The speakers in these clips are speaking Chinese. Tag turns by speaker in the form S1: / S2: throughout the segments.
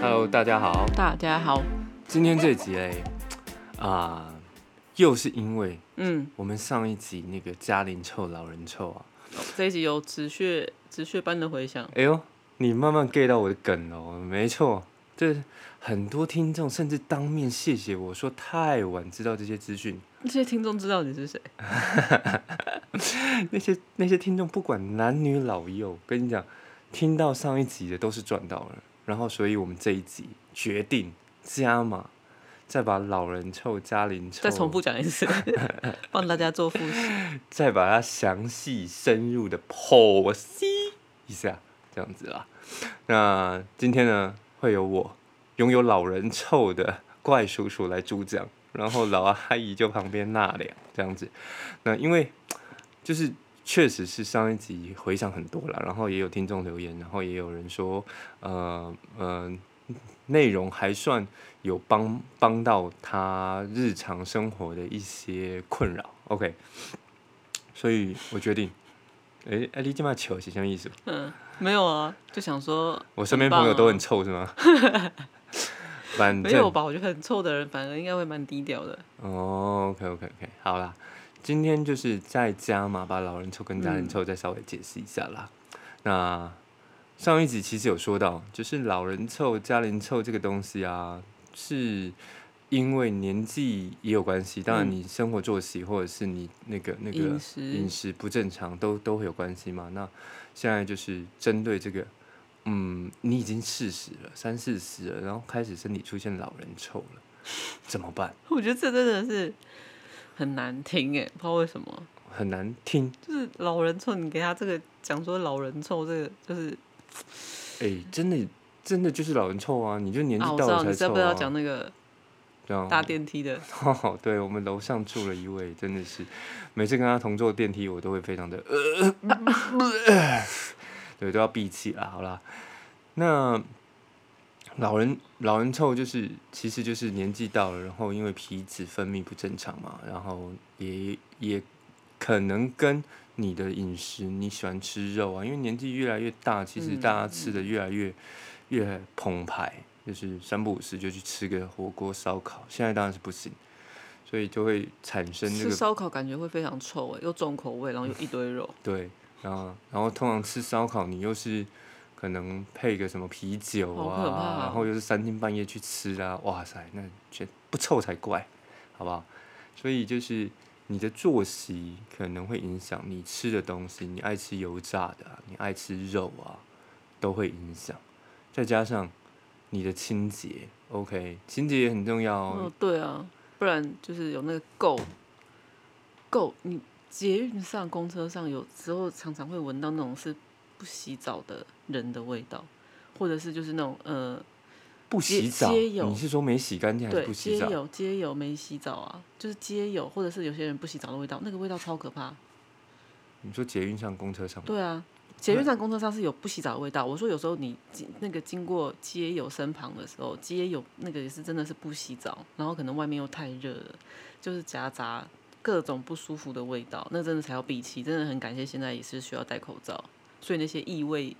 S1: Hello，大家好，
S2: 大家好，
S1: 今天这集嘞，啊、又是因为
S2: 嗯，
S1: 我们上一集那个家灵臭、老人臭啊，
S2: 这一集有止血止血般的回响，
S1: 哎呦，你慢慢 get 到我的梗哦，没错，这很多听众甚至当面谢谢我说太晚知道这些资讯，
S2: 那些听众知道你是谁，
S1: 那些那些听众不管男女老幼，跟你讲，听到上一集的都是赚到了，然后所以我们这一集决定加码，再把老人臭、家灵臭
S2: 再重复讲 一次，帮大家做复习。
S1: 再把它详细深入的剖析一下，这样子啦。那今天呢，会有我拥有老人臭的怪叔叔来主讲，然后老阿姨就旁边纳凉这样子。那因为就是确实是上一集回想很多了，然后也有听众留言，然后也有人说，呃呃，内容还算有帮帮到他日常生活的一些困扰。OK，所以我决定，哎、哎，你今晚球是什么意思？
S2: 嗯，没有啊，就想说
S1: 我身边朋友都很
S2: 棒
S1: 臭是吗？反
S2: 啊没有
S1: 正
S2: 吧？我觉得很臭的人反而应该会蛮低调的。
S1: 哦，OK OK OK，好啦，今天就是在家嘛，把老人臭跟家人
S2: 嗯
S1: 臭再稍微解释一下啦。那上一集其实有说到，就是老人臭、家人臭这个东西啊，是因为年纪也有关系，当然
S2: 嗯
S1: 你生活作息或者是你那个那个
S2: 饮食
S1: 饮食不正常都都会有关系嘛。那现在就是针对这个，嗯，你已经四十了，三四十了，然后开始身体出现老人臭了，怎么办？
S2: 我觉得这真的是很难听哎，不知道为什么，
S1: 很难听。
S2: 就是老人臭，你给他这个讲说老人臭，这个就是
S1: 哎、真的真的就是老人臭啊！你就年纪
S2: 啊，我
S1: 到
S2: 知
S1: 了
S2: 道
S1: 才
S2: 你是
S1: 臭
S2: 不
S1: 啊。
S2: 是要讲那个
S1: 这样
S2: 搭电梯的，
S1: 哦， 对我们楼上住了一位，真的是每次跟他同坐电梯，我都会非常的呃， 对，都要闭气了。好啦，那老人老人臭就是，其实就是年纪到了，然后因为皮脂分泌不正常嘛，然后也也可能跟你的饮食，你喜欢吃肉啊，因为年纪越来越大，其实
S2: 嗯
S1: 大家吃的越来越、越澎湃，就是三不五时就去吃个火锅、烧烤，现在当然是不行，所以就会产生这
S2: 吃
S1: 个
S2: 烧烤感觉会非常臭哎，又重口味，然后又一堆肉，
S1: 对，然后然后通常吃烧烤，你又是可能配个什么啤酒
S2: 好
S1: 啊，
S2: 可怕哦
S1: 然后又是三更半夜去吃啊，哇塞，那觉不臭才怪，好不好？所以就是你的作息可能会影响你吃的东西，你爱吃油炸的啊、你爱吃肉啊，都会影响。再加上你的清洁，OK，清洁也很重要哦。
S2: 哦，对啊，不然就是有那个垢，垢，你捷运上、公车上有时候常常会闻到那种是不洗澡的人的味道，或者是就是那种呃，
S1: 不
S2: 街
S1: 洗澡，
S2: 街友
S1: 你是说没洗干净还是
S2: 对
S1: 不，洗
S2: 街
S1: 澡？
S2: 友街友没洗澡啊，就是街友或者是有些人不洗澡的味道，那个味道超可怕。
S1: 你说捷运上、公车上吗，
S2: 对啊，捷运上、公车上是有不洗澡的味道。我说有时候你经那个经过街友身旁的时候，街友那个也是真的是不洗澡，然后可能外面又太热了，就是夹杂各种不舒服的味道，那真的才要闭气。真的很感谢现在也是需要戴口罩，所以那些异味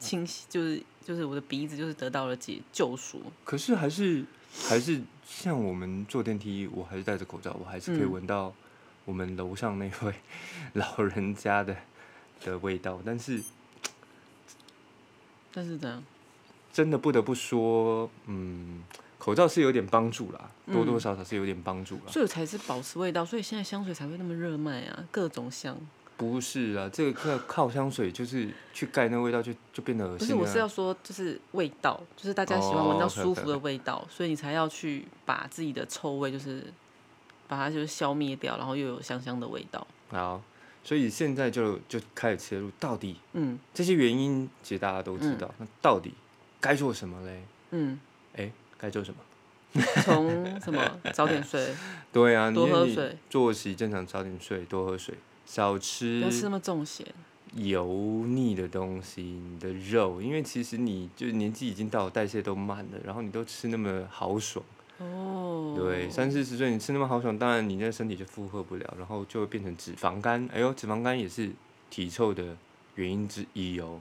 S2: 清洗就是就是我的鼻子就是得到了解救赎。
S1: 可是还是还是像我们坐电梯，我还是戴着口罩，我还是可以
S2: 嗯
S1: 闻到我们楼上那位 老人家的的味道。但是
S2: 但是怎样？
S1: 真的不得不说，嗯，口罩是有点帮助啦，多多
S2: 嗯
S1: 少少是有点帮助啦。
S2: 所以才是保持味道，所以现在香水才会那么热卖啊，各种香。
S1: 不是啊，这个靠靠香水就是去盖那味道就就变得恶
S2: 不
S1: 心
S2: 是，
S1: 了、
S2: 我是要说，就是味道，就是大家喜欢闻
S1: 哦
S2: 到
S1: ，OK，OK，OK
S2: 舒服的味道所以你才要去把自己的臭味，就是把它就是消灭掉，然后又有香香的味道。
S1: 好，所以现在就就开始切入，到底
S2: 嗯
S1: 这些原因其实大家都知
S2: 嗯
S1: 道，那到底该做什么嘞？
S2: 嗯，
S1: 哎，该做什么？
S2: 从什么早点睡，
S1: 对啊，
S2: 多
S1: 你
S2: 喝
S1: 你
S2: 水
S1: 作息正常，早点睡，多喝水，少
S2: 不
S1: 吃
S2: 要吃那么重咸。
S1: 油腻的东西，你的肉，因为其实你就是年纪已经到了，代谢都慢了，然后你都吃那么豪爽，
S2: 哦，
S1: 对，三四十岁你吃那么豪爽，当然你的身体就负荷不了，然后就会变成脂肪肝。哎呦，脂肪肝也是体臭的原因之一哦。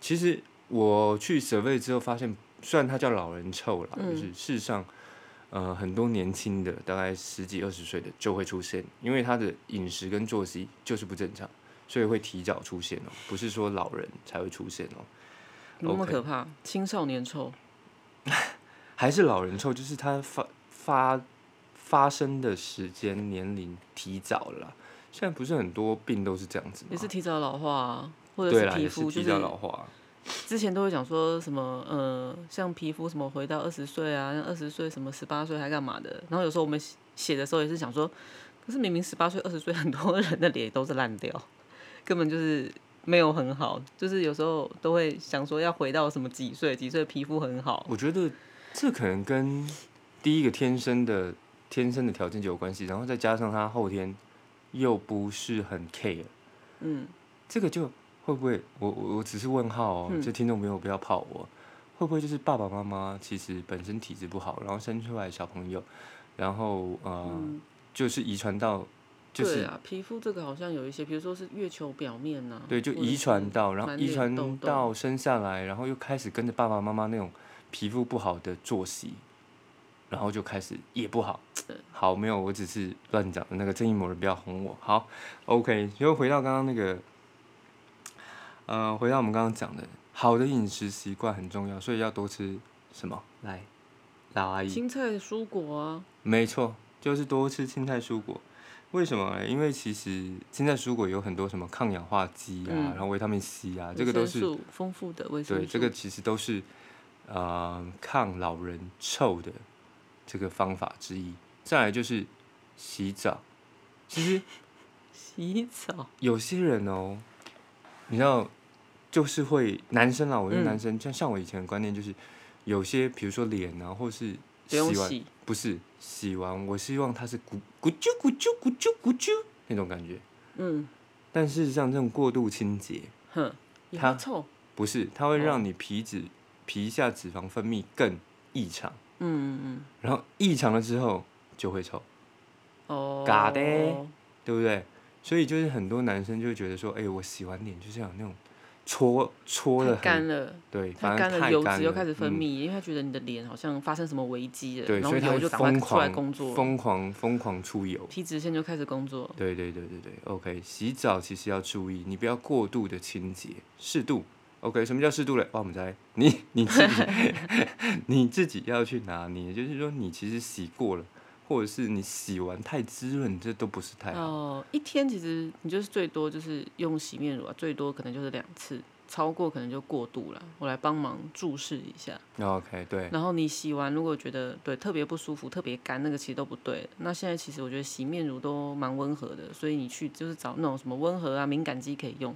S1: 其实我去 survey 之后发现，虽然它叫老人臭啦，
S2: 嗯
S1: 就是事实上，呃，很多年轻的，大概十几二十岁的就会出现，因为他的饮食跟作息就是不正常，所以会提早出现哦，不是说老人才会出现哦，
S2: 有那么
S1: OK
S2: 可怕？青少年臭，
S1: 还是老人臭，就是它发发发生的时间年龄提早了啦。现在不是很多病都是这样子吗？
S2: 也是提早老化、啊，或者
S1: 对
S2: 是
S1: 啦，
S2: 皮
S1: 也是
S2: 肤，就
S1: 提早老化。
S2: 之前都会讲说什么呃，像皮肤什么回到二十岁啊，二十岁什么十八岁还干嘛的。然后有时候我们写写的时候也是想说，可是明明十八岁、二十岁，很多人的脸都是烂掉， 根本就是没有很好。就是有时候都会想说要回到什么几岁，几岁皮肤很好，
S1: 我觉得这可能跟第一个天生的天生的条件就有关系，然后再加上他后天又不是很 care，
S2: 嗯，
S1: 这个就会不会我我我只是问号哦，
S2: 嗯
S1: 这听众朋友不要泡我，会不会就是爸爸妈妈其实本身体质不好，然后生出来小朋友，然后呃、
S2: 嗯
S1: 就是遗传到就是
S2: 对啊，皮肤这个好像有一些，比如说是月球表面呐、
S1: 对，就
S2: 啊或者
S1: 遗传
S2: 是
S1: 到，然后
S2: 满
S1: 遗
S2: 脸
S1: 传
S2: 痘痘
S1: 到生下来，然后又开始跟着爸爸妈妈那种皮肤不好的作息，然后就开始也不好
S2: 对。
S1: 好，没有，我只是乱讲的。那个正义魔人不要哄我。好，OK，就回到刚刚那个，呃，回到我们刚刚讲的，好的饮食习惯很重要，所以要多吃什么？来，老阿姨，
S2: 青菜、蔬果啊，
S1: 没错，就是多吃青菜蔬果。为什么呢？因为其实青菜蔬果有很多什么抗氧化剂啊，
S2: 嗯
S1: 然后维他命 C 啊，这个都
S2: 维
S1: 是
S2: 生素丰富的维生素，
S1: 对，这个其实都是呃抗老人臭的这个方法之一。再来就是洗澡，其实
S2: 洗澡，
S1: 有些人哦，你知道，就是会男生啦，我觉得
S2: 嗯
S1: 男生，像、像我以前的观念就是，有些比如说脸啊，或是
S2: 不用
S1: 洗完
S2: 洗，
S1: 不是洗完，我希望它是咕咕啾咕啾咕啾咕啾那种感觉。
S2: 嗯，
S1: 但事实上，这种过度清洁
S2: 哼，也
S1: 它
S2: 会臭，
S1: 不是，它会
S2: 哦
S1: 让你皮脂、皮下脂肪分泌更异常，
S2: 嗯嗯
S1: 然后异常了之后就会臭，
S2: 嗯，哦，
S1: 嘎的对不对？所以就是很多男生就会觉得说，哎、我洗完脸就是要有那种搓搓
S2: 太
S1: 的很，
S2: 干了，
S1: 对，
S2: 太
S1: 反正
S2: 干
S1: 太
S2: 油
S1: 干
S2: 脂又开始
S1: 嗯
S2: 分泌，因为他觉得你的脸好像发生什么危机了，
S1: 对，
S2: 然
S1: 所
S2: 后
S1: 以他
S2: 油就
S1: 会
S2: 赶快
S1: 疯
S2: 出来
S1: 狂
S2: 工作，
S1: 疯狂疯狂出油。
S2: 皮脂腺就开始工作，
S1: 对对对对对，OK，洗澡其实要注意，你不要过度的清洁，适度。OK，什么叫适度嘞？哇，我们猜，你你 自己你自己要去拿捏，就是说你其实洗过了，或者是你洗完太滋润，这都不是太好。
S2: 哦，一天其实你就是最多就是用洗面乳啊，最多可能就是两次。超过可能就过度了，我来帮忙注视一下。
S1: OK，对，
S2: 然后你洗完，如果觉得对特别不舒服、特别干，那个其实都不对。那现在其实我觉得洗面乳都蛮温和的，所以你去就是找那种什么温和啊、敏感肌可以用。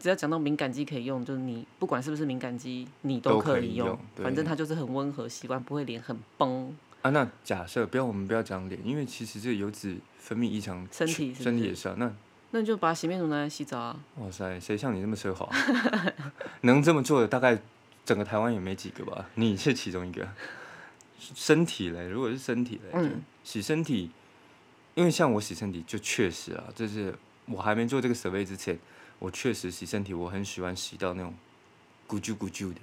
S2: 只要讲到敏感肌可以用，就是你不管是不是敏感肌，你
S1: 都可
S2: 可
S1: 以
S2: 以用。
S1: 用对
S2: 反正它就是很温和，洗完不会脸很崩。
S1: 啊，那假设不要我们不要讲脸，因为其实这个油脂分泌异常，
S2: 身体是不
S1: 身体
S2: 是
S1: 也是啊。那
S2: 那你就把洗面乳拿来洗澡啊。
S1: 哇塞，谁像你这么奢华？ 能这么做的大概整个台湾也没几个吧？你是其中一个。身体嘞，如果是身体嘞，
S2: 嗯
S1: 洗身体，因为像我洗身体就确实啊，就是我还没做这个 survey 之前，我确实洗身体，我很喜欢洗到那种咕啾咕啾的。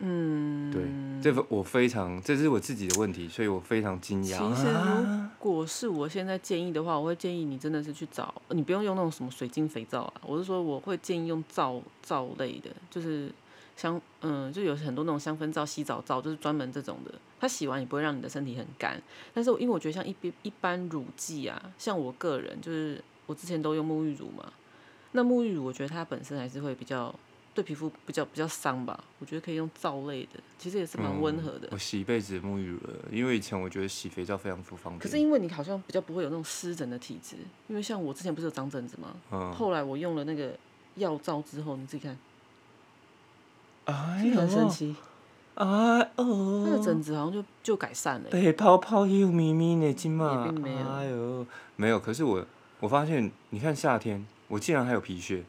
S2: 嗯，
S1: 对，这个我非常，这是我自己的问题，所以我非常惊讶。
S2: 其实
S1: 啊
S2: 如果是我现在建议的话，我会建议你真的是去找，你不用用那种什么水晶肥皂啊，我是说我会建议用皂皂类的，就是香，嗯，就有很多那种香氛皂、洗澡皂，就是专门这种的，它洗完也不会让你的身体很干。但是我因为我觉得像一般一般乳剂啊，像我个人就是我之前都用沐浴乳嘛，那沐浴乳我觉得它本身还是会比较。对皮肤比较比较伤吧，我觉得可以用皂类的，其实也是蛮温和的。
S1: 我洗一辈子沐浴乳了，因为以前我觉得洗肥皂非常不方便。
S2: 可是因为你好像比较不会有那种湿疹的体质，因为像我之前不是有长疹子吗？
S1: 嗯，
S2: 后来我用了那个药皂之后，你自己看，
S1: 哎
S2: 是不是很神
S1: 呦，
S2: 奇，
S1: 哎哦，
S2: 那个疹子好像就就改善了耶。
S1: 被泡泡又咪咪呢，今嘛
S2: 也并没有
S1: 哎呦，没有。可是我我发现，你看夏天，我竟然还有皮屑，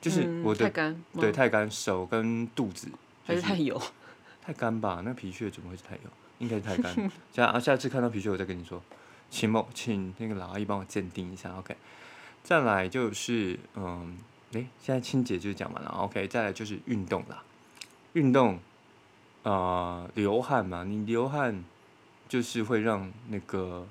S1: 就是
S2: 嗯
S1: 我的、
S2: 太干吗，
S1: 对太干，手跟肚子
S2: 还
S1: 就是
S2: 太油，
S1: 太干吧？那皮屑怎么会是太油？应该是太干。下啊，下次看到皮屑我再跟你说。请某请那个老阿姨帮我鉴定一下，OK。再来就是嗯，诶，现在清洁就讲完了，OK。再来就是运动啦，运动，呃流汗嘛，你流汗就是会让那个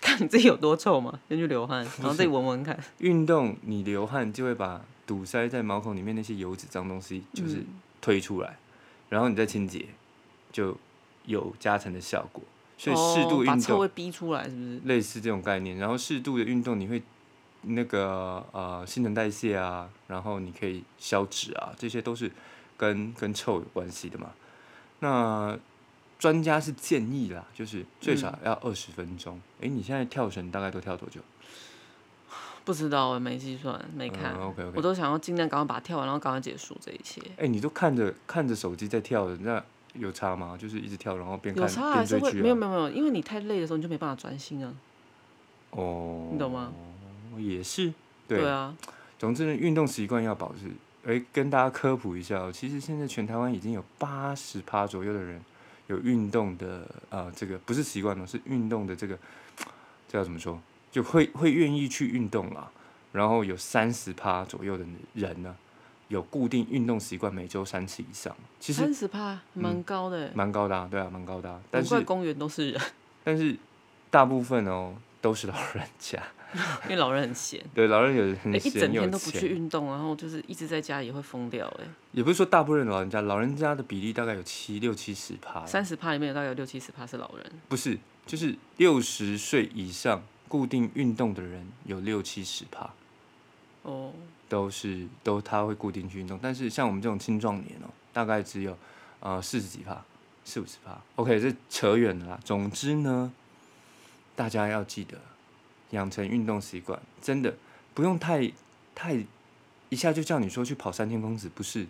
S2: 看你自己有多臭嘛，先去 流汗，然后自己闻闻看。
S1: 运动，你流汗就会把堵塞在毛孔里面那些油脂脏东西
S2: 嗯
S1: 就是推出来，然后你再清洁，就有加成的效果。所以适度
S2: 哦、把
S1: 运
S2: 臭
S1: 动，
S2: 味逼出来，是不是？
S1: 类似这种概念，然后适度的运动你会那个呃新陈代谢啊，然后你可以消脂啊，这些都是跟跟臭有关系的嘛。那专家是建议啦，就是最少
S2: 嗯
S1: 要二十分钟。诶，你现在跳绳大概都跳多久？
S2: 不知道，我没计算，没看。
S1: 嗯，OK，OK
S2: 我都想要尽量赶快把它跳完，然后赶快结束这一切。
S1: 哎、你都看着看着手机在跳的，那有差吗？就是一直跳，然后边
S2: 有
S1: 看
S2: 时候还
S1: 边
S2: 是
S1: 追
S2: 会没
S1: 剧啊。
S2: 有没有没有，因为你太累的时候你就没办法专心啊。
S1: 哦，
S2: 你懂吗？
S1: 也是，对。
S2: 对啊，
S1: 总之呢，运动习惯要保持。哎、跟大家科普一下哦，其实现在全台湾已经有八十趴左右的人有运动的呃，这个不是习惯了，是运动的这个这要怎么说，就会会愿意去运动啦。然后有三十趴左右的人呢，有固定运动习惯，每周三次以上，其实
S2: 三十趴蛮高的欸，
S1: 蛮高的、啊，嗯对啊，蛮高的、啊。但
S2: 难怪
S1: 是
S2: 公园都是人，
S1: 但是大部分哦都是老人家，
S2: 因为老人很闲，
S1: 对，老人有
S2: 哎
S1: 很
S2: 一整
S1: 闲有
S2: 天都不去
S1: 钱，
S2: 运动，然后就是一直在家也会疯掉哎。
S1: 也不是说大部分老人家，老人家的比例大概有七六七十趴，
S2: 三十趴里面有大概有六七十趴是老人，
S1: 不是，就是六十岁以上固定运动的人有六七十趴，
S2: 哦，
S1: 都是都他会固定去运动，但是像我们这种青壮年哦，大概只有呃四十几趴，四五十趴。OK，这扯远了啦。总之呢，大家要记得养成运动习惯，真的不用太太一下就叫你说去跑三千公尺，不是？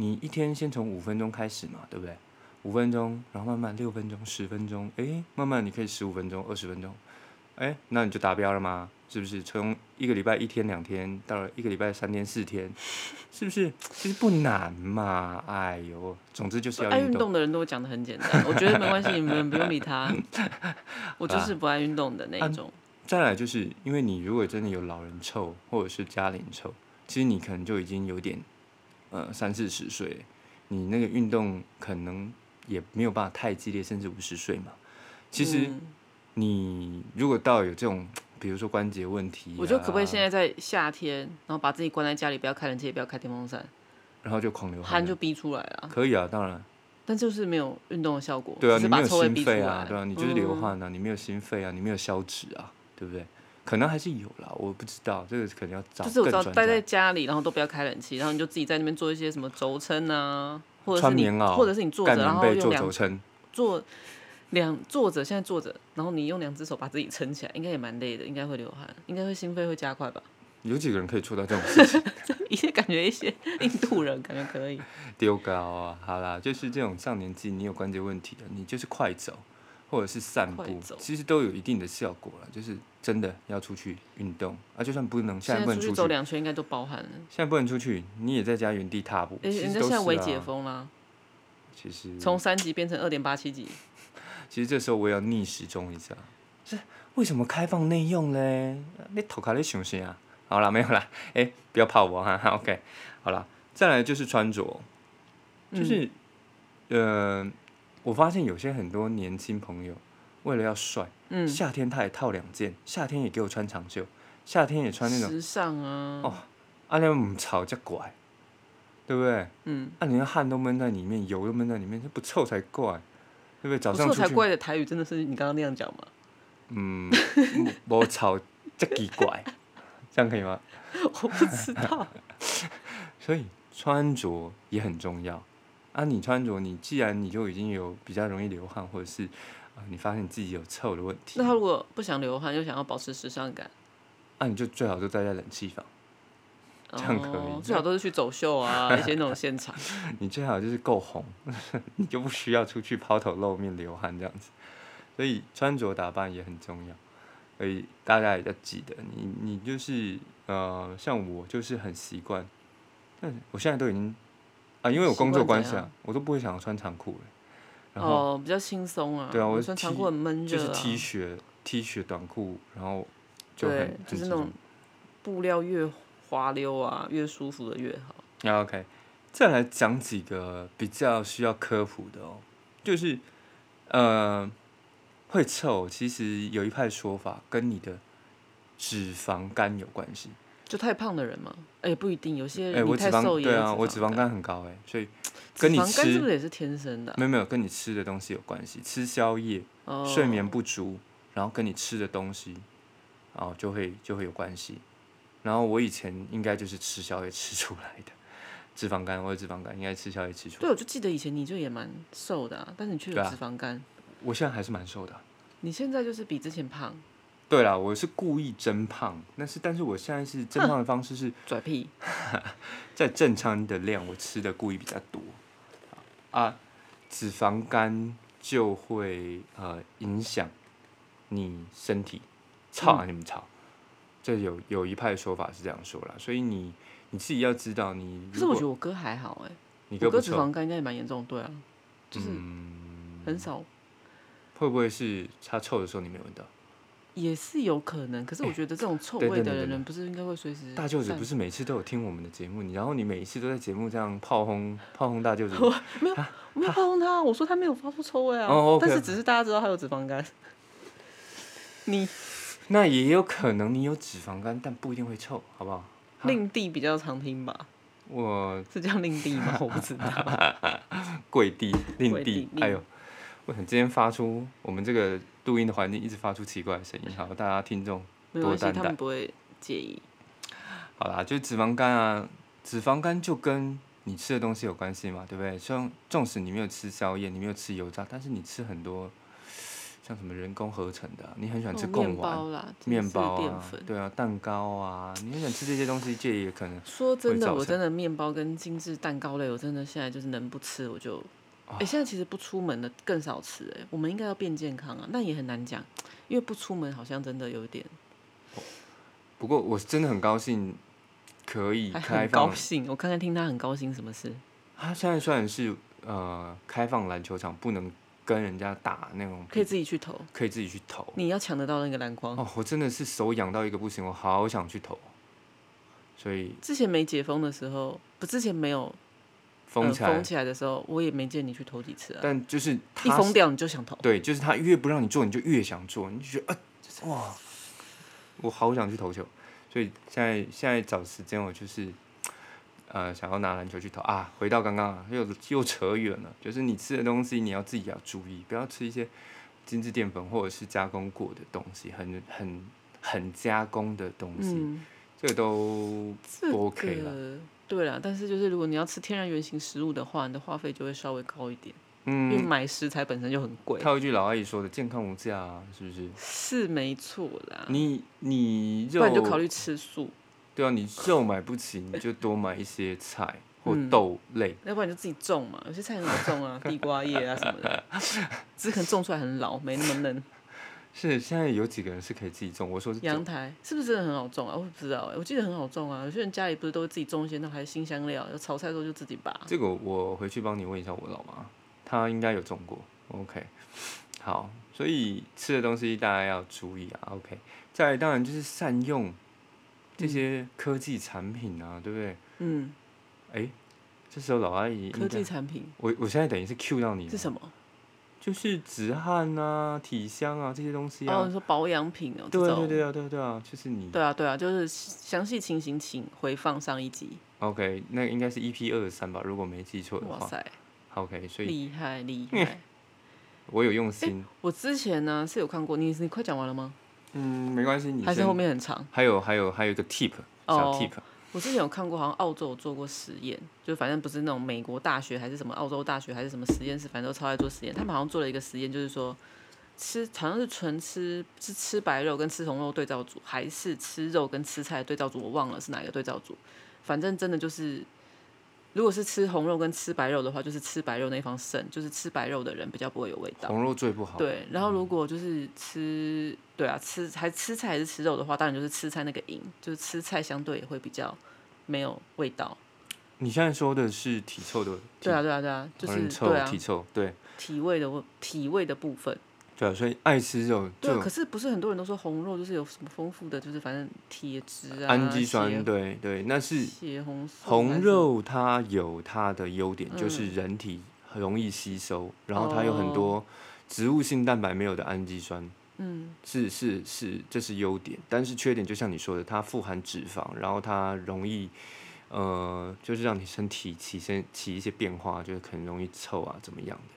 S1: 你一天先从五分钟开始嘛，对不对？五分钟，然后慢慢六分钟、十分钟，诶，慢慢你可以十五分钟、二十分钟，哎，那你就达标了吗？是不是？从一个礼拜一天两天，到了一个礼拜三天四天，是不是？其实不难嘛，哎呦，总之就是要
S2: 爱
S1: 运
S2: 运
S1: 动。
S2: 动的人都讲的很简单，我觉得没关系，你们不用理他。我
S1: 啊
S2: 就是不爱运动的那一种，
S1: 再来就是因为你如果真的有老人臭或者是家庭臭，其实你可能就已经有点呃三四十岁，你那个运动可能也没有办法太激烈，甚至五十岁嘛。其实
S2: 嗯
S1: 你如果到有这种，比如说关节问题、啊
S2: 我觉得可不可以现
S1: 在，
S2: 在在夏天，然后把自己关在家里，不要开冷气，也不要开电风扇，
S1: 然后就狂流汗
S2: 汗
S1: 了，
S2: 就逼出来了，
S1: 可以啊，当然。
S2: 但就是没有运动的效果，
S1: 对啊，
S2: 只
S1: 你
S2: 是
S1: 没
S2: 把
S1: 有
S2: 臭味
S1: 心
S2: 逼出
S1: 肺
S2: 来嗯
S1: 啊，对啊，你就是流汗啊，你没有心肺啊，你没有消脂啊，对不对？可能还是有啦，我不知道，这个可能要找
S2: 就是我
S1: 更
S2: 知道
S1: 专
S2: 待在
S1: 家。
S2: 家里，然后都不要开冷气，然后你就自己在那边做一些什么轴撑啊，或者是
S1: 穿
S2: 你
S1: 棉袄，
S2: 或者是你坐
S1: 盖
S2: 着，然
S1: 棉
S2: 后
S1: 被
S2: 用
S1: 做
S2: 两
S1: 轴撑，
S2: 坐两坐着，现在坐着，然后你用两只手把自己撑起来，应该也蛮累的，应该会流汗，应该会心肺会加快吧？
S1: 有几个人可以做到这种事情？
S2: 一些感觉一些印度人感觉可以，
S1: 丢高啊，好啦，就是这种上年纪你有关节问题的，你就是快走或者是散
S2: 快
S1: 步
S2: 走，
S1: 其实都有一定的效果了。就是真的要出去运动啊，就算不能现
S2: 现
S1: 在
S2: 在
S1: 不
S2: 出
S1: 能
S2: 去
S1: 出
S2: 走
S1: 去，
S2: 两圈应该都包含了。
S1: 现在不能出去，你也在家原地踏步，
S2: 人
S1: 其
S2: 人
S1: 实
S2: 家
S1: 都
S2: 现在
S1: 是
S2: 微解
S1: 啊。
S2: 封啦，
S1: 其实
S2: 从三级变成二点八七级，
S1: 其实这时候我也要逆时钟一下，是为什么开放内用嘞？你头壳在想啥啊？好啦，没有啦，哎、不要怕我哈哈，OK，好啦，再来就是穿着，
S2: 嗯
S1: 就是，呃，我发现有些很多年轻朋友为了要帅，
S2: 嗯，
S1: 夏天他也套两件，夏天也给我穿长袖，夏天也穿那种，
S2: 时尚啊，
S1: 哦啊，那唔潮才怪，对不对？
S2: 嗯，
S1: 啊，你的汗都闷在里面，油都闷在里面，这不臭才怪，对不对？早
S2: 不
S1: 上
S2: 错
S1: 出
S2: 才
S1: 去
S2: 怪的台语真的是你刚刚那样讲吗？
S1: 嗯，无吵，这奇怪，这样可以吗？
S2: 我不知道，
S1: 所以穿着也很重要啊！你穿着，你既然你就已经有比较容易流汗，或者是啊、你发现你自己有臭的问题
S2: 那，他如果不想流汗又想要保持时尚感，
S1: 啊，你就最好就待在冷气房，这样可以
S2: 哦最好都是去走秀啊， 一些那种现场。
S1: 你最好就是够红， 你就不需要出去抛头露面流汗这样子。所以穿着打扮也很重要，所以大家也要记得，你你就是呃，像我就是很习惯，但我现在都已经啊，因为我工作关系
S2: 习惯怎
S1: 啊
S2: 样，
S1: 我都不会想要穿长裤了。然后
S2: 哦，比较轻松啊。
S1: 对啊我
S2: 穿
S1: T-
S2: 长裤很闷
S1: 就是
S2: 热啊，
S1: T 恤、T 恤短裤，然后就很
S2: 对，
S1: 很
S2: 就是
S1: 集
S2: 那种
S1: 中
S2: 布料越滑溜啊，越舒服的越好。
S1: 啊 OK，再来讲几个比较需要科普的哦。就是呃会臭，其实有一派说法跟你的脂肪肝有关系。
S2: 就太胖的人嘛，哎、不一定，有些
S1: 哎、
S2: 人你
S1: 我
S2: 太
S1: 脂
S2: 瘦
S1: 肪
S2: 也
S1: 对
S2: 有
S1: 啊，我脂肪
S2: 肝，
S1: 肝很高哎、所以
S2: 脂
S1: 跟你
S2: 肪肝是不
S1: 吃
S2: 是也是天生的啊、
S1: 没有没有跟你吃的东西有关系，吃宵夜、
S2: 哦，
S1: 睡眠不足，然后跟你吃的东西，哦，就会就会有关系。然后我以前应该就是吃宵夜吃出来的，脂肪肝，我有脂肪肝，应该吃宵夜吃出来。
S2: 对，我就记得以前你就也蛮瘦的、啊，但是你却有
S1: 对啊
S2: 脂肪肝。
S1: 我现在还是蛮瘦的啊。
S2: 你现在就是比之前胖，
S1: 对啦，我是故意增胖，但是但是我现在是增胖的方式是
S2: 拽屁，
S1: 在正常的量，我吃的故意比较多啊，脂肪肝就会呃影响你身体，操
S2: 嗯
S1: 啊你们操，这有有一派说法是这样说啦，所以你你自己要知道你，
S2: 可是
S1: 如
S2: 我
S1: 果
S2: 觉得我哥还好哎、
S1: 你
S2: 我
S1: 哥
S2: 哥
S1: 不
S2: 脂
S1: 瘦，嗯
S2: 肪肝应该也蛮严重，对啊，就是很少，
S1: 会不会是他臭的时候你没闻到？
S2: 也是有可能。可是我觉得这种臭
S1: 哎对
S2: 味
S1: 对
S2: 的
S1: 对对
S2: 人，
S1: 对
S2: 人不是应该会随时
S1: 大舅子
S2: 散
S1: 不是每次都有听我们的节目，你然后你每一次都在节目这样炮轰炮轰大舅子，
S2: 我没有碰他，我说他没有发出臭味啊，
S1: 哦，OK
S2: 但是只是大家知道他有脂肪肝。你
S1: 那也有可能你有脂肪肝，但不一定会臭，好不好？
S2: 令弟比较常听吧？
S1: 我
S2: 是叫令弟吗？我不知 道。
S1: 跪地令
S2: 跪
S1: 地
S2: 地，
S1: 哎呦，我很今天发出我们这个录音的环境一直发出奇怪的声音，好，大家听众
S2: 没关
S1: 多
S2: 系，
S1: 担
S2: 他
S1: 待
S2: 们。不会介意。
S1: 好啦，就脂肪肝啊，脂肪肝就跟你吃的东西有关系嘛，对不对？像纵使你没有吃宵夜，你没有吃油炸，但是你吃很多像什么人工合成的啊、你很喜欢吃
S2: 哦
S1: 贡
S2: 面
S1: 丸、啊
S2: 包啦，真的
S1: 面
S2: 是
S1: 包
S2: 淀
S1: 啊
S2: 粉，。
S1: 对啊，蛋糕啊，你很喜欢吃这些东西，这也可能
S2: 说真
S1: 会造
S2: 的，
S1: 成
S2: 我真的面包跟精致蛋糕类，我真的现在就是能不吃我就。
S1: 哦
S2: 哎、现在其实不出门的更少吃哎、我们应该要变健康啊，但也很难讲，因为不出门好像真的有一点
S1: 不过我真的很高兴可以
S2: 还
S1: 开
S2: 很
S1: 放
S2: 高。兴。我刚才听他很高兴什么事？
S1: 他现在虽然是呃开放篮球场，不能跟人家打那种，
S2: 可以自己去投，
S1: 可以自己去嗯投。
S2: 你要抢得到那个篮筐。
S1: 哦，我真的是手痒到一个不行，我好想去投。所以
S2: 之前没解封的时候，不，之前没有
S1: 封
S2: 呃
S1: 起来，
S2: 封起来的时候，我也没见你去投几次啊。
S1: 但就是
S2: 一
S1: 他
S2: 封掉你就想投，
S1: 对，就是他越不让你做，你就越想做，你就觉得啊，就是哇，我好想去投球。所以现在现在找时间，我就是呃想要拿篮球去投啊。回到刚刚啊，又又扯远了，就是你吃的东西你要自己要注意，不要吃一些精致淀粉或者是加工过的东西，很很很加工的东西，
S2: 嗯，
S1: 这个都
S2: 这
S1: 不 OK 啦
S2: 个对啦，但是就是如果你要吃天然原型食物的话，你的花费就会稍微高一点，因为
S1: 嗯。
S2: 买食材本身就很贵，
S1: 套一句老阿姨说的“健康无价”啊，是不是？
S2: 是没错啦。
S1: 你你
S2: 嗯不
S1: 肉
S2: 然你就考虑吃素，
S1: 对啊，你肉买不起，你就多买一些 菜或
S2: 嗯
S1: 豆类。
S2: 要不然你就自己种嘛，有些菜很好 种啊，地瓜叶啊什么的，只是可能种出来很老，没那么嫩。
S1: 是现在有几个人是可以自己种？我说是
S2: 阳台是不是真的很好种啊？我也不知道哎、我记得很好种啊。有些人家里不是都会自己种一些那还新香料，要炒菜的时候就自己拔。
S1: 这个，我回去帮你问一下我老妈，她应该有种过。OK，好，所以吃的东西大家要注意啊。OK，再来当然就是善用这些科技产品啊，对不对？
S2: 嗯，
S1: 哎，这时候老阿姨应
S2: 科
S1: 该
S2: 技，产品
S1: 我我现在等于是 Q 到你
S2: 是
S1: 了，
S2: 什么？
S1: 就是止汗啊、体香啊这些东西
S2: 哦，
S1: 啊。
S2: 你说保养品哦，这
S1: 对啊
S2: 种
S1: 对对啊对啊对啊，就是你
S2: 对啊对啊，就是详细情形请回放上一集。
S1: OK，那应该是 EP 二十三吧，如果没记错的
S2: 哇
S1: 话。
S2: 塞，
S1: OK，所以
S2: 厉害厉害！
S1: 我有用心。
S2: 我之前呢是有看过，你你快讲完了吗？
S1: 嗯，没关系，你
S2: 还是
S1: 先
S2: 后面很长？
S1: 还有还有还有一个 tip 小
S2: 哦
S1: tip，、
S2: 我之前有看过，好像澳洲有做过实验，就反正不是那种美国大学还是什么澳洲大学还是什么实验室，反正都超爱做实验。他们好像做了一个实验，就是说吃好像是纯吃是吃白肉跟吃红肉对照组，还是吃肉跟吃菜对照组，我忘了是哪一个对照组。反正真的就是，如果是吃红肉跟吃白肉的话，就是吃白肉那一方胜，就是吃白肉的人比较不会有味道。
S1: 红肉最不好。嗯
S2: 对，然后如果就是吃，对啊，吃还吃菜还是吃肉的话，当然就是吃菜那个赢，就是吃菜相对也会比较没有味道。
S1: 你现在说的是体臭的，
S2: 对啊，对啊，对啊，就
S1: 好
S2: 是
S1: 像臭、
S2: 对啊
S1: 体，臭，对
S2: 体味的问体味的部分。
S1: 对啊，所以爱吃肉
S2: 对啊，
S1: 就
S2: 可是不是很多人都说红肉就是有什么丰富的，就是反正铁质啊、
S1: 氨基
S2: 血
S1: 酸，对对，那是
S2: 血红素还
S1: 红
S2: 是嗯
S1: 肉它有它的优点，就是人体很容易吸收，然后它有
S2: 哦
S1: 很多植物性蛋白没有的氨基酸，
S2: 嗯，
S1: 是是是，这是优点，但是缺点就像你说的，它富含脂肪，然后它容易，呃，就是让你身体起身起一些变化，就是可能容易臭啊怎么样的。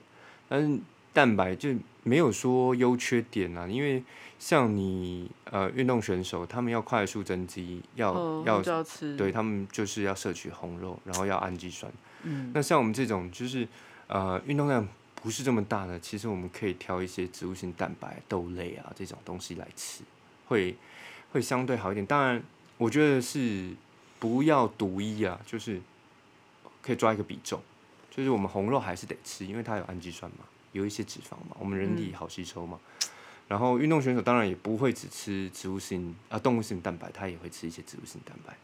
S1: 但是蛋白就没有说优缺点啊，因为像你呃运动选手，他们要快速增肌，要、
S2: 哦
S1: 要
S2: 就要吃，
S1: 对，他们就是要摄取红肉，然后要氨基酸。
S2: 嗯，
S1: 那像我们这种就是呃运动量不是这么大的，其实我们可以挑一些植物性蛋白、豆类啊这种东西来吃，会会相对好一点。当然，我觉得是不要独一啊，就是可以抓一个比重，就是我们红肉还是得吃，因为它有氨基酸嘛，有一些脂肪嘛，我们人
S2: 嗯
S1: 体好吸收嘛。然后运动选手当然也不会只吃植物性啊动物性蛋白，他也会吃一些植物性蛋白。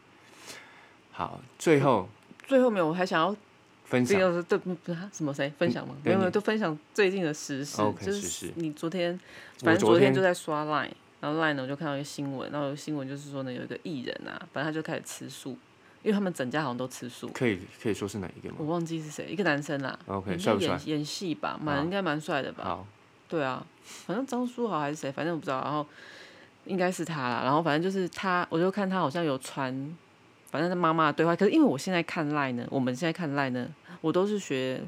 S1: 好，最后
S2: 最后面我还想要
S1: 分
S2: 这
S1: 享
S2: 个是对不不什么谁分享吗？没
S1: 对
S2: 有没有，
S1: 你
S2: 就分享最近的时事
S1: OK，
S2: 就
S1: 时事
S2: 是你昨天，
S1: 我
S2: 反正
S1: 昨
S2: 昨天
S1: 天
S2: 就在刷 Line，然后 Line 呢我就看到一个新闻，然后有个新闻就是说呢有一个艺人啊，反正他就开始吃素，因为他们整家好像都吃素，
S1: 可以可以说是哪一个
S2: 我
S1: 吗？
S2: 忘记是谁，一个男生啦
S1: OK，
S2: 嗯应该
S1: 帅啊不
S2: 演演戏吧，蛮
S1: 好
S2: 应该蛮帅的吧，
S1: 好，
S2: 对啊，反正张书豪还是谁，反正我不知道。然后应该是他啦。然后反正就是他，我就看他好像有传，反正他妈妈的对话。可是因为我现在看赖呢，我们现在看赖呢，我都是学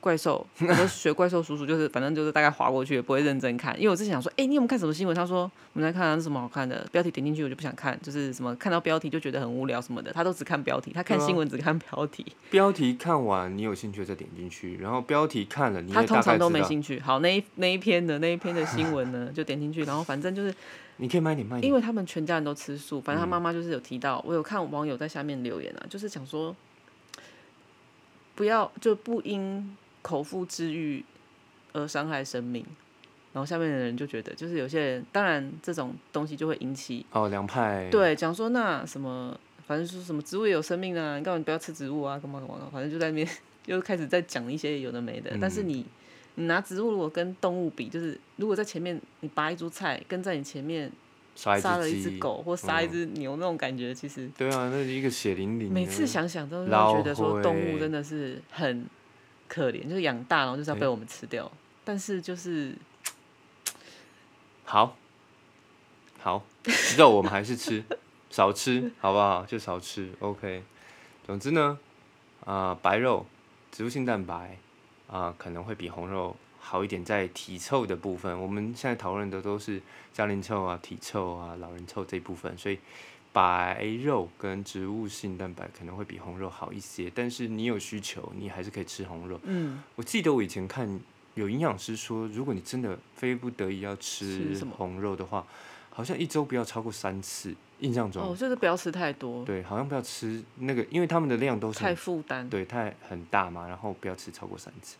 S2: 怪兽，我都是学怪兽叔叔，就是反正就是大概划过去，也不会认真看。因为我之前想说，哎、你有没有看什么新闻？他说我们在看、啊，这什么好看的？标题点进去我就不想看，就是什么看到标题就觉得很无聊什么的。他都只看标题，他看
S1: 对啊
S2: 新闻只看标题。
S1: 标题看完，你有兴趣再点进去，然后标题看了，你
S2: 他
S1: 也
S2: 通
S1: 大概
S2: 常
S1: 知
S2: 都没
S1: 道。
S2: 兴趣。好，那一那一篇的那一篇的新闻呢，就点进去，然后反正就是
S1: 你可以慢一点，慢一
S2: 因
S1: 点。
S2: 为他们全家人都吃素，反正他妈妈就是有提到，我有看网友在下面留言啊，就是讲说，不要就不因口腹之欲而伤害生命。然后下面的人就觉得，就是有些人，当然这种东西就会引起
S1: 哦，两派。
S2: 对讲说那什么，反正说什么植物也有生命啊，你干嘛不要吃植物啊，干嘛干嘛干嘛，反正就在那边又开始在讲一些有的没的。但是你你拿植物如果跟动物比，就是如果在前面你拔一株菜，跟在你前面
S1: 杀
S2: 杀了
S1: 一
S2: 一只
S1: 鸡。嗯
S2: 狗或杀一只牛那种感觉，其实
S1: 对啊，那是一个血淋淋的。
S2: 每次想想都会
S1: 老
S2: 觉得说
S1: 灰
S2: 动物真的是很可怜，就是养大然后就是要被我们吃掉。但是就是
S1: 好，好， 肉我们还是吃，少吃好不好？就少吃，OK。总之呢，啊、白肉、植物性蛋白啊、可能会比红肉好一点，在体臭的部分，我们现在讨论的都是家庭臭啊、体臭啊、老人臭这一部分，所以白肉跟植物性蛋白可能会比红肉好一些。但是你有需求，你还是可以吃红肉。
S2: 嗯，
S1: 我记得我以前看有营养师说，如果你真的非不得已要
S2: 吃
S1: 吃
S2: 什么
S1: 红肉的话，好像一周不要超过三次，印象中。
S2: 哦，就是不要吃太多，
S1: 对，好像不要吃那个，因为他们的量都是
S2: 太负担。
S1: 对太很大嘛，然后不要吃超过三次。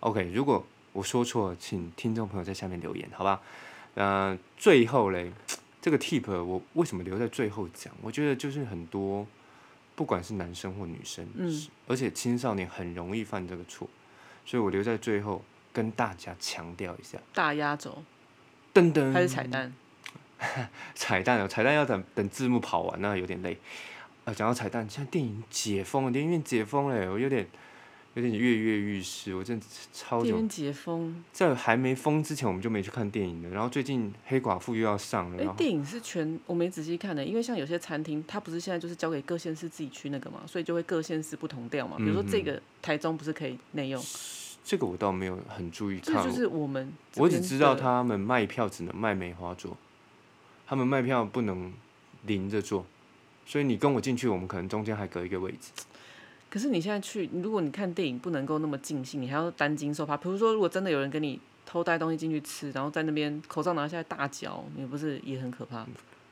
S1: OK，如果我说错了，请听众朋友在下面留言，好吧？呃，最后嘞，这个 tip 我为什么留在最后讲？我觉得就是很多，不管是男生或女生，
S2: 嗯，
S1: 而且青少年很容易犯这个错，所以我留在最后跟大家强调一下。
S2: 大压轴
S1: 噔噔，
S2: 还是彩蛋，
S1: 彩蛋哦，彩蛋要等等字幕跑完，那有点累。啊，讲到彩蛋，现在电影解封了，电影院解封了，我有点有点跃跃欲试，我真的超
S2: 电
S1: 久
S2: 影解封。
S1: 在还没封之前，我们就没去看电影了。然后最近黑寡妇又要上了，
S2: 哎、
S1: 然后
S2: 电影是全我没仔细看的、因为像有些餐厅，它不是现在就是交给各县市自己去那个嘛，所以就会各县市不同调嘛。比如说
S1: 嗯
S2: 这个台中不是可以内用，
S1: 这个我倒没有很注意
S2: 这
S1: 看，
S2: 就是我们这
S1: 我只
S2: 边
S1: 知道
S2: 的
S1: 他们卖票只能卖梅花座，他们卖票不能临着坐，所以你跟我进去，我们可能中间还隔一个位置。
S2: 可是你现在去，如果你看电影不能够那么尽兴，你还要担惊受怕。比如说，如果真的有人跟你偷带东西进去吃，然后在那边口罩拿下来大嚼，你不是也很可怕？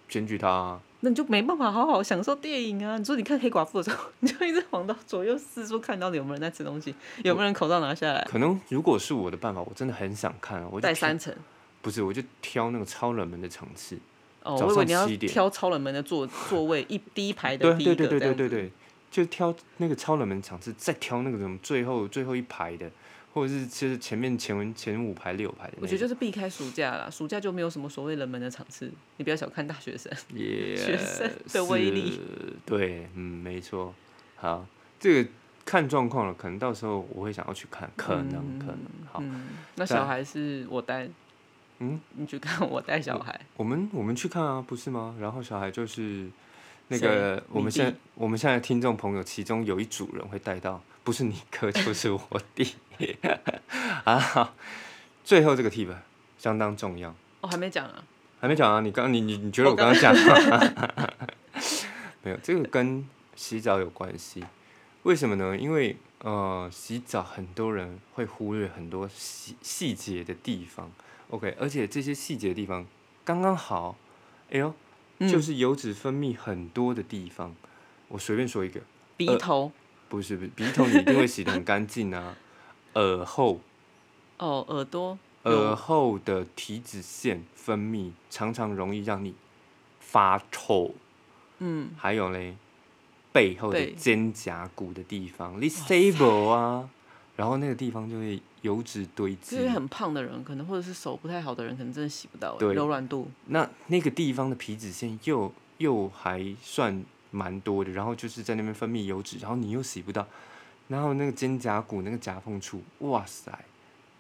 S1: 检举他啊、
S2: 那你就没办法好好享受电影啊！你说你看黑寡妇的时候， 你就一直往到左右四处看，到底有没有人在吃东西，有没有人口罩拿下来，
S1: 可能如果是我的办法，我真的很想看，啊我就
S2: 戴
S1: 挑
S2: 三层。
S1: 不是，我就挑那个超冷门的场次。
S2: 哦，
S1: 早
S2: 我以
S1: 上
S2: 为你要
S1: 7点
S2: 挑超冷门的座座位，一第一排
S1: 对
S2: 的
S1: 啊
S2: 第
S1: 对
S2: 一
S1: 对
S2: 个
S1: 对
S2: 这
S1: 对
S2: 样
S1: 对
S2: 子。
S1: 对，就挑那个超冷门场次，再挑那个什么最后最后一排的，或者是就是前面前前五排六排的那种。
S2: 我觉得就是避开暑假啦，暑假就没有什么所谓冷门的场次，你不要小看大学生。
S1: 也
S2: 学生的威力
S1: 是。对，嗯，没错。好，这个看状况了，可能到时候我会想要去看，可能、可能好。
S2: 嗯，那
S1: 再
S2: 小孩是我带，
S1: 啊嗯，
S2: 你去看我带小孩，
S1: 我们我们去看啊，不是吗？然后小孩就是那
S2: 谁
S1: 个我
S2: 你
S1: 们现在
S2: 弟
S1: 我们现在听众朋友，其中有一组人会带到，不是你哥就是我弟 啊。好最后这个 tip 相当重要，
S2: 哦，还没讲啊，
S1: 还没讲啊？你刚你你你觉得
S2: 我
S1: 我刚刚讲 吗？ 没有，这个跟洗澡有关系。为什么呢？因为呃，洗澡很多人会忽略很多细细节的地方。OK，而且这些细节的地方刚刚好，哎呦，
S2: 嗯
S1: 就是油脂分泌很多的地方。我随便说一个，
S2: 鼻头，
S1: 不是不是，鼻头你一定会洗得很干净啊， 耳后。
S2: 哦，耳朵，
S1: 耳后的体脂腺分泌常常容易让你发臭，
S2: 嗯，
S1: 还有嘞，背后的
S2: 背
S1: 肩胛骨的地方，你 stable 啊，然后那个地方就会油脂堆积
S2: 这，些很胖的人可能或者是手不太好的人，可能真的洗不到、
S1: 对
S2: 柔软度，
S1: 那那个地方的皮脂腺又又还算蛮多的，然后就是在那边分泌油脂，然后你又洗不到，然后那个肩胛骨那个夹缝处，哇塞，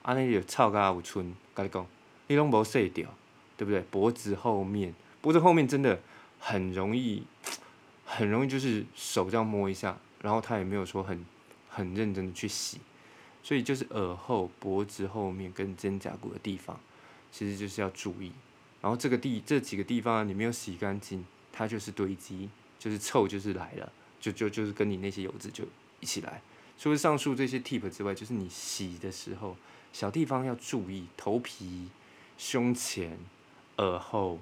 S1: 啊那里有臭噶有春，跟你讲，你拢无洗掉，对不对？脖子后面，脖子后面真的很容易，很容易就是手这样摸一下，然后他也没有说很很认真的去洗，所以就是耳后、脖子后面跟肩胛骨的地方，其实就是要注意。然后这个地这几个地方啊，你没有洗干净，它就是堆积，就是臭就是来了，就就就是跟你那些油脂就一起来。除了上述这些 tip 之外，就是你洗的时候，小地方要注意，头皮、胸前、耳后、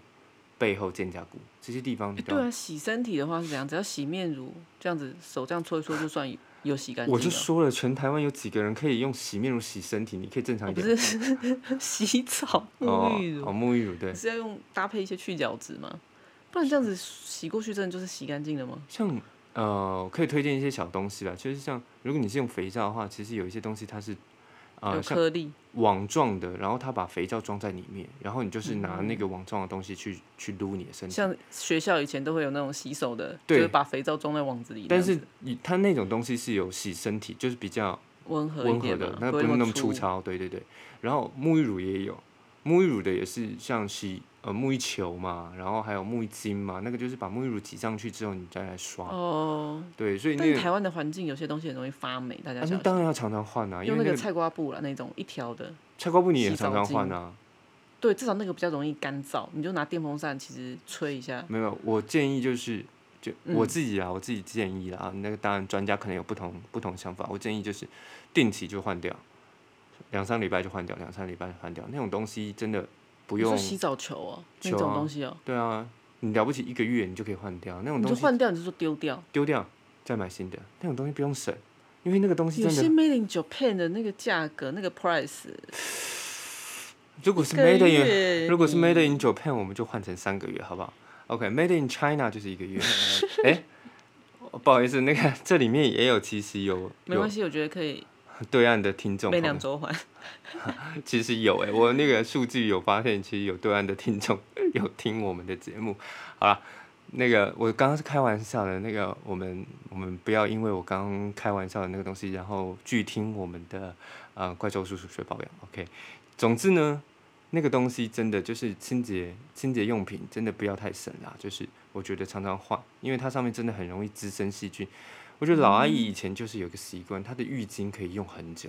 S1: 背后、肩胛骨这些地方
S2: 哎
S1: 你都
S2: 对
S1: 要。
S2: 啊，洗身体的话是怎样？只要洗面乳这样子，手这样搓一搓就算有有洗干净
S1: 我
S2: 了。
S1: 就说了，全台湾有几个人可以用洗面乳洗身体？你可以正常
S2: 哦
S1: 一
S2: 不
S1: 点。
S2: 是 洗澡沐浴
S1: 哦，
S2: 乳，
S1: 好沐浴乳对
S2: 你。是要用搭配一些去角质吗？不然这样子洗过去，真的就是洗干净了吗？
S1: 像呃，可以推荐一些小东西啦，就是像如果你是用肥皂的话，其实有一些东西它是啊、
S2: 有
S1: 像
S2: 颗粒，
S1: 网状的，然后它把肥皂装在里面，然后你就是拿那个
S2: 嗯
S1: 网状的东西去、去撸你的身体。
S2: 像学校以前都会有那种洗手的，就
S1: 对
S2: 是把肥皂装在网子里那
S1: 但
S2: 样子，
S1: 是你它那种东西是有洗身体，就是比较
S2: 温和一
S1: 温和
S2: 点
S1: 的
S2: 嘛，，
S1: 那
S2: 不
S1: 不
S2: 会
S1: 用那么
S2: 么
S1: 粗
S2: 粗。
S1: 糙。对对对，然后沐浴乳也有，沐浴乳的也是像洗呃沐浴球嘛，然后还有沐浴巾嘛，那个就是把沐浴乳挤上去之后你再来刷。
S2: 哦，
S1: 对，所以那
S2: 但
S1: 个、
S2: 台湾的环境有些东西很容易发霉，大家
S1: 啊
S2: 小
S1: 那
S2: 心。
S1: 当然要常常换啊，因
S2: 用
S1: 为
S2: 那
S1: 那个
S2: 个菜瓜布啦，那种一条的，
S1: 菜瓜布你也
S2: 洗
S1: 常
S2: 澡
S1: 常
S2: 巾
S1: 换啊。
S2: 对，至少那个比较容易干燥，你就拿电风扇其实吹一下，嗯
S1: 没有，我建议就是，就我自己啊，我自己建议啦。那个当然专家可能有不同不同想法，我建议就是定期就换掉，两三礼拜就换掉，两三礼拜就换掉。那种东西真的不
S2: 你
S1: 用
S2: 说，洗澡球哦、那
S1: 球
S2: 种
S1: 啊
S2: 东西哦、
S1: 对啊，你了不起一个月你就可以换掉，那种
S2: 你
S1: 东
S2: 就
S1: 西
S2: 换掉，你就说丢掉。
S1: 丢掉再买新的，那种东西不用省，因为那个东西
S2: 有
S1: 真
S2: 些
S1: 的，
S2: Made in Japan 的那个价格，那个 price，
S1: 如果是
S2: 一个
S1: Made in
S2: 月嗯
S1: 如果是
S2: 你
S1: Made in Japan，我们就换成三个月，好不好？OK，Made、in China 就是一个 月。哎、不好意思，那个这里面也有，其实有
S2: 没
S1: 有
S2: 关系，我觉得可以
S1: 对岸的听众
S2: 每
S1: 朋
S2: 两
S1: 友，
S2: 周还。
S1: 其实有哎、我那个数据有发现，其实有对岸的听众 有听我们的节目。好啦，那个我刚刚是开玩笑的，那个我们我们不要因为我刚刚开玩笑的那个东西，然后拒听我们的呃怪兽叔叔学保养。OK，总之呢，那个东西真的就是清洁清洁用品，真的不要太省啦。就是我觉得常常换，因为它上面真的很容易滋生细菌。我觉得老阿姨以前就是有个习惯，她的浴巾可以用很久，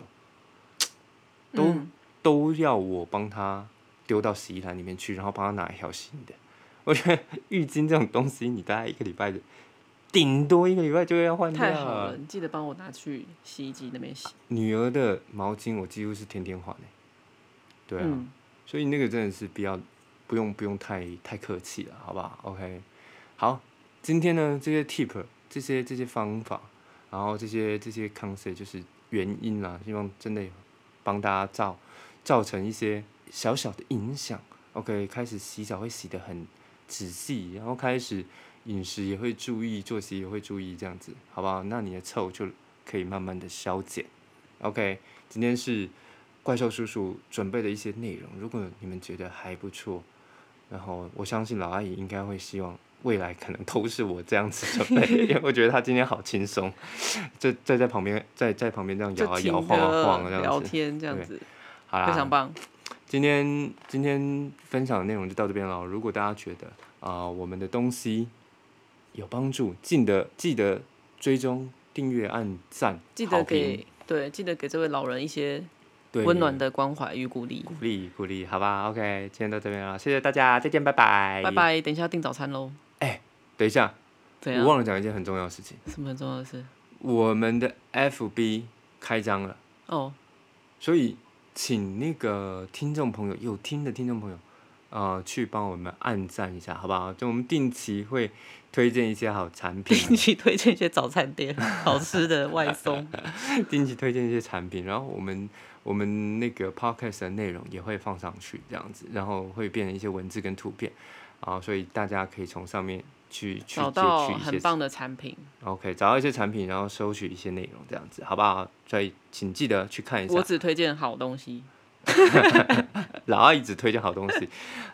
S1: 都、
S2: 嗯
S1: 都要我帮她丢到洗衣篮里面去，然后帮她拿一条新的。 我觉得浴巾这种东西，你大概一个礼拜的，顶多一个礼拜就要换掉。
S2: 太好了，你记得帮我拿去洗衣机那边洗。
S1: 女儿的毛巾我几乎是天天换诶、对啊，
S2: 嗯
S1: 所以那个真的是不要不用不用太太客气了，好不好？OK，好，今天呢这些 tip 这些这些方法，然后这些这些 concept 就是原因啦，希望真的有帮大家造造成一些小小的影响。OK，开始洗澡会洗得很仔细，然后开始饮食也会注意，作息也会注意，这样子，好不好？那你的臭就可以慢慢的消减。OK，今天是怪兽叔叔准备的一些内容，如果你们觉得还不错，然后我相信老阿姨应该会希望未来可能都是我这样子准备，因为我觉得他今天好轻松，就在在旁边在在旁边这样
S2: 就
S1: 摇啊
S2: 听
S1: 摇晃啊
S2: 歌
S1: 晃啊这
S2: 聊
S1: 样子。
S2: 天这样
S1: 对
S2: 子，
S1: 好啦，
S2: 非常棒。
S1: 今天今天分享的内容就到这边了。如果大家觉得啊、我们的东西有帮助，记得记得追踪、订阅、按赞、
S2: 记
S1: 好
S2: 得
S1: 评
S2: 给对，记得给这位老人一些
S1: 对
S2: 温暖的关怀与鼓励。
S1: 鼓励鼓励，好吧？OK，今天到这边了，谢谢大家，再见，拜拜，
S2: 拜。拜，啊等一下订早餐喽。
S1: 等一下，
S2: 怎
S1: 我
S2: 样？
S1: 忘了讲一件很重要的事情，
S2: 什么很重要的事？
S1: 我们的 FB 开张了，
S2: 哦，
S1: 所以请那个听众朋友有听的听众朋友。呃，去帮我们按赞一下，好不好？就我们定期会推荐一些好产品，啊
S2: 定期推荐一些早餐店好吃的外送。
S1: 定期推荐一些产品，然后我们我们那个 podcast 的内容也会放上去，这样子，然后会变成一些文字跟图片，啊，所以大家可以从上面去 去
S2: 找
S1: 截
S2: 到
S1: 取一
S2: 很
S1: 些
S2: 棒的产品，
S1: ，OK，找到一些产品，然后收取一些内容，这样子，好不好？所以请记得去看一
S2: 我
S1: 下，
S2: 只推荐好东西。
S1: 老二一直推荐好东西，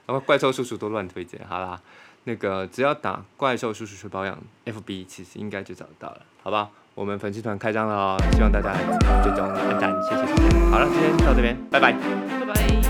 S1: 然后怪兽叔叔都乱推荐，好啦，那个只要打怪兽叔叔去保养 FB，其实应该就找得到了，好不好？我们粉丝团开张了哦，希望大家来追踪按赞，谢谢大家。好了，今天到这边，拜拜。
S2: 拜拜。